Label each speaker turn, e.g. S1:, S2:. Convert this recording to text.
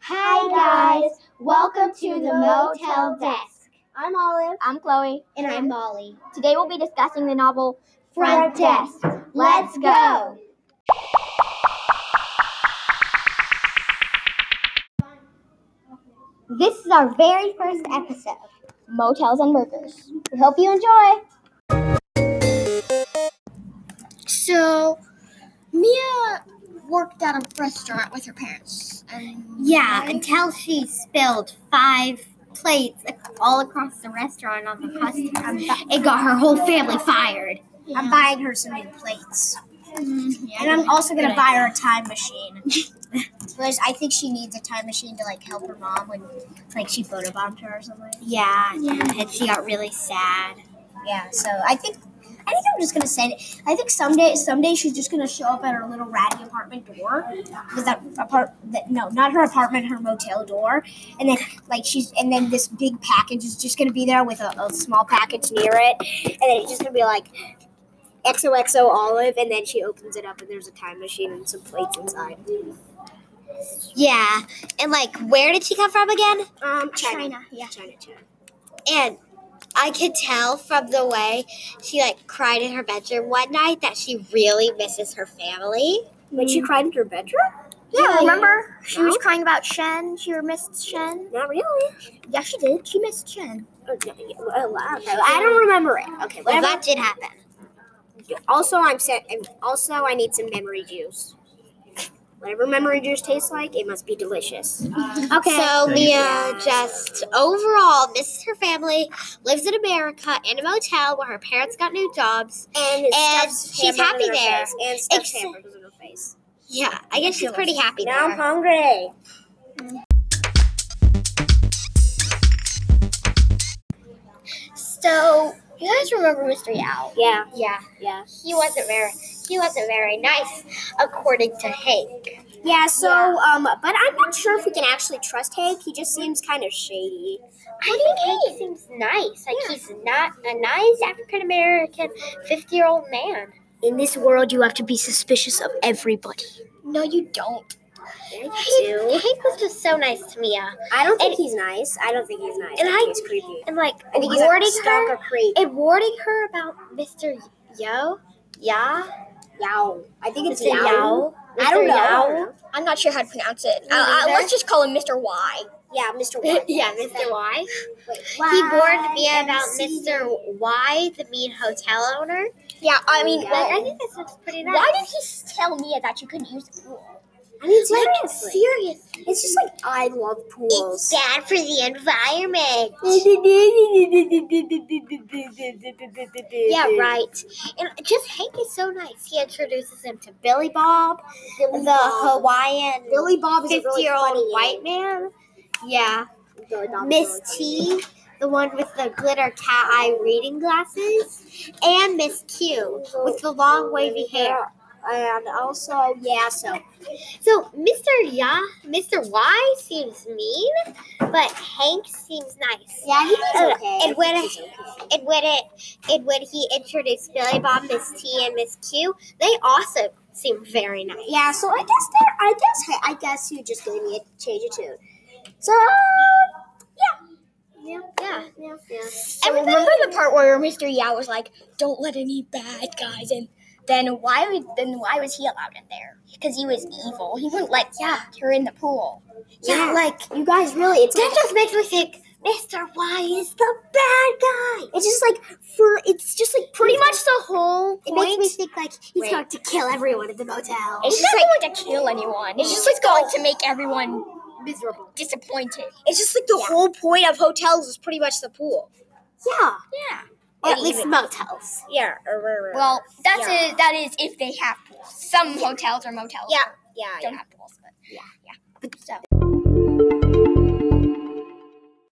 S1: Hi, guys. Welcome to the Motel Desk.
S2: I'm Olive.
S3: I'm Chloe.
S1: And I'm Molly.
S3: Today we'll be discussing the novel
S1: Front Desk. Let's go.
S3: This is our very first episode Motels and Burgers. We hope you enjoy.
S2: So, Mia worked at a restaurant with her parents. And
S4: Yeah, until she spilled five plates ac- all across the restaurant on the customers. It got her whole family fired.
S2: I'm buying her some new plates.
S4: And I'm also
S2: gonna buy her a time machine. because I think she needs a time machine to like help her mom when like she photobombed her or something.
S4: Yeah, and she got really sad.
S2: Yeah, so I think I think I'm just gonna send it. I think someday someday she's just gonna show up at her little ratty apartment door. Because that apart that, no, not her apartment, her motel door. And then like she's and then this big package is just gonna be there with a, a small package near it. And then it's just gonna be like XOXO olive and then she opens it up and there's a time machine and some plates inside.
S4: Yeah, and like, where did she come from again?
S2: Um China. yeah. China, China.
S4: And I could tell from the way she like cried in her bedroom one night that she really misses her family.
S2: When she cried in her bedroom?
S3: Yeah,
S2: remember?
S3: She was crying about Shen. She missed Shen.
S2: Not really.
S3: Yeah, she did. She missed Shen.
S2: Oh, no, yeah, well, okay, I don't remember it. Okay,
S4: Well,
S2: whatever.
S4: that did happen.
S2: Also, I'm set. and Also, I need some memory juice. Whatever memory juice tastes like, it must be delicious.
S4: Okay. So Mia just overall misses her family, lives in America in a motel where her parents got new jobs.
S2: And,
S4: And
S2: stuffs
S4: she's
S2: hamburgers
S4: happy
S2: in her
S4: there.
S2: face, And stuffs
S4: Except-
S2: hamburgers in her face.
S4: Yeah, I guess she's pretty happy
S2: Now I'm
S4: there.
S2: hungry.
S4: So you guys remember Mr. Yao?
S2: Yeah.
S4: Yeah,
S2: Yeah.
S4: he wasn't very he wasn't very nice, according to Hank.
S2: Yeah. So, um, but I'm not sure if we can actually trust Hank. He just seems kind of shady.
S4: I think Hank seems nice. Like he's not a nice African American fifty year old man.
S5: In this world, you have to be suspicious of everybody.
S4: No, you don't.
S2: do.
S4: Hank was just so nice to Mia.
S2: I don't think
S4: And-
S2: he's nice. I don't think he's nice.
S4: And
S2: I think
S4: I-
S2: he's creepy.
S4: And like
S2: I think he's
S4: rewarding
S2: a stalker creep.
S4: and warning her about Mr. Yo, yeah,
S2: Yow. I think it's
S4: Mr. Yao.
S2: I don't
S4: Mr.
S2: know.
S4: Yao?
S3: I'm not sure how to pronounce it.
S4: Uh, uh, let's
S3: just call him Mr. Y.
S2: Yeah, Mr. White.
S4: yeah, Mr. Y. He warned me about Mr. Y, the mean hotel owner.
S3: Yeah, I mean,
S2: Yeah.
S4: Like,
S3: well,
S4: I think this looks pretty nice.
S3: why did he tell Mia that she couldn't use the pool?
S2: I mean,
S4: Like,
S2: seriously.
S4: serious.
S2: It's just like I love
S4: It's
S2: pools.
S4: bad for the environment. Yeah,
S3: Mm-hmm.
S4: right. And just Hank is so nice. He introduces him to Billy Bob, the Hawaiian
S2: Billy Bob is a really
S4: fifty-year-old
S2: funny
S4: white man. Yeah,
S2: name. Billy Bob is
S4: Miss
S2: really
S4: T, the one with the glitter cat eye reading glasses, and Miss Q with the long wavy hair.
S2: funny. And also, yeah, so
S4: So Mr. Ya, Mr. Y seems mean, but Hank seems nice.
S2: yeah, he
S4: Uh,
S2: was okay.
S4: and when
S2: He's okay.
S4: And when it and when he introduced Billy Bob, Miss T, and Miss Q, they also seem very nice.
S2: yeah, so I guess there, I guess, I guess you just gave me a change of tune. So um,
S4: Yeah, yeah, yeah.
S3: Everybody remember the part where Mr. Yao was like, "Don't let any bad guys in." Then why would then why was he allowed in there? Because he was evil. He wouldn't let yeah. her in the pool.
S4: Yeah,
S2: like you guys really, it's
S4: That just makes me think Mr. Y is the bad guy.
S2: it's just like for, it's just like pretty much the whole.
S4: It makes me
S2: point-
S4: think like he's
S2: Wait.
S4: going to kill everyone at the motel.
S3: It's just not going to kill anyone. It's just like going to make everyone miserable, disappointed.
S2: It's just like the whole point of hotels is pretty much the pool.
S4: Yeah.
S3: Yeah.
S4: Or at
S2: And
S4: least
S2: even-
S4: motels.
S2: Yeah.
S3: Well, that's
S2: Yeah.
S3: it. that is if they have pools. Some hotels or motels
S2: Yeah. Yeah.
S3: don't have pools, but yeah, yeah. So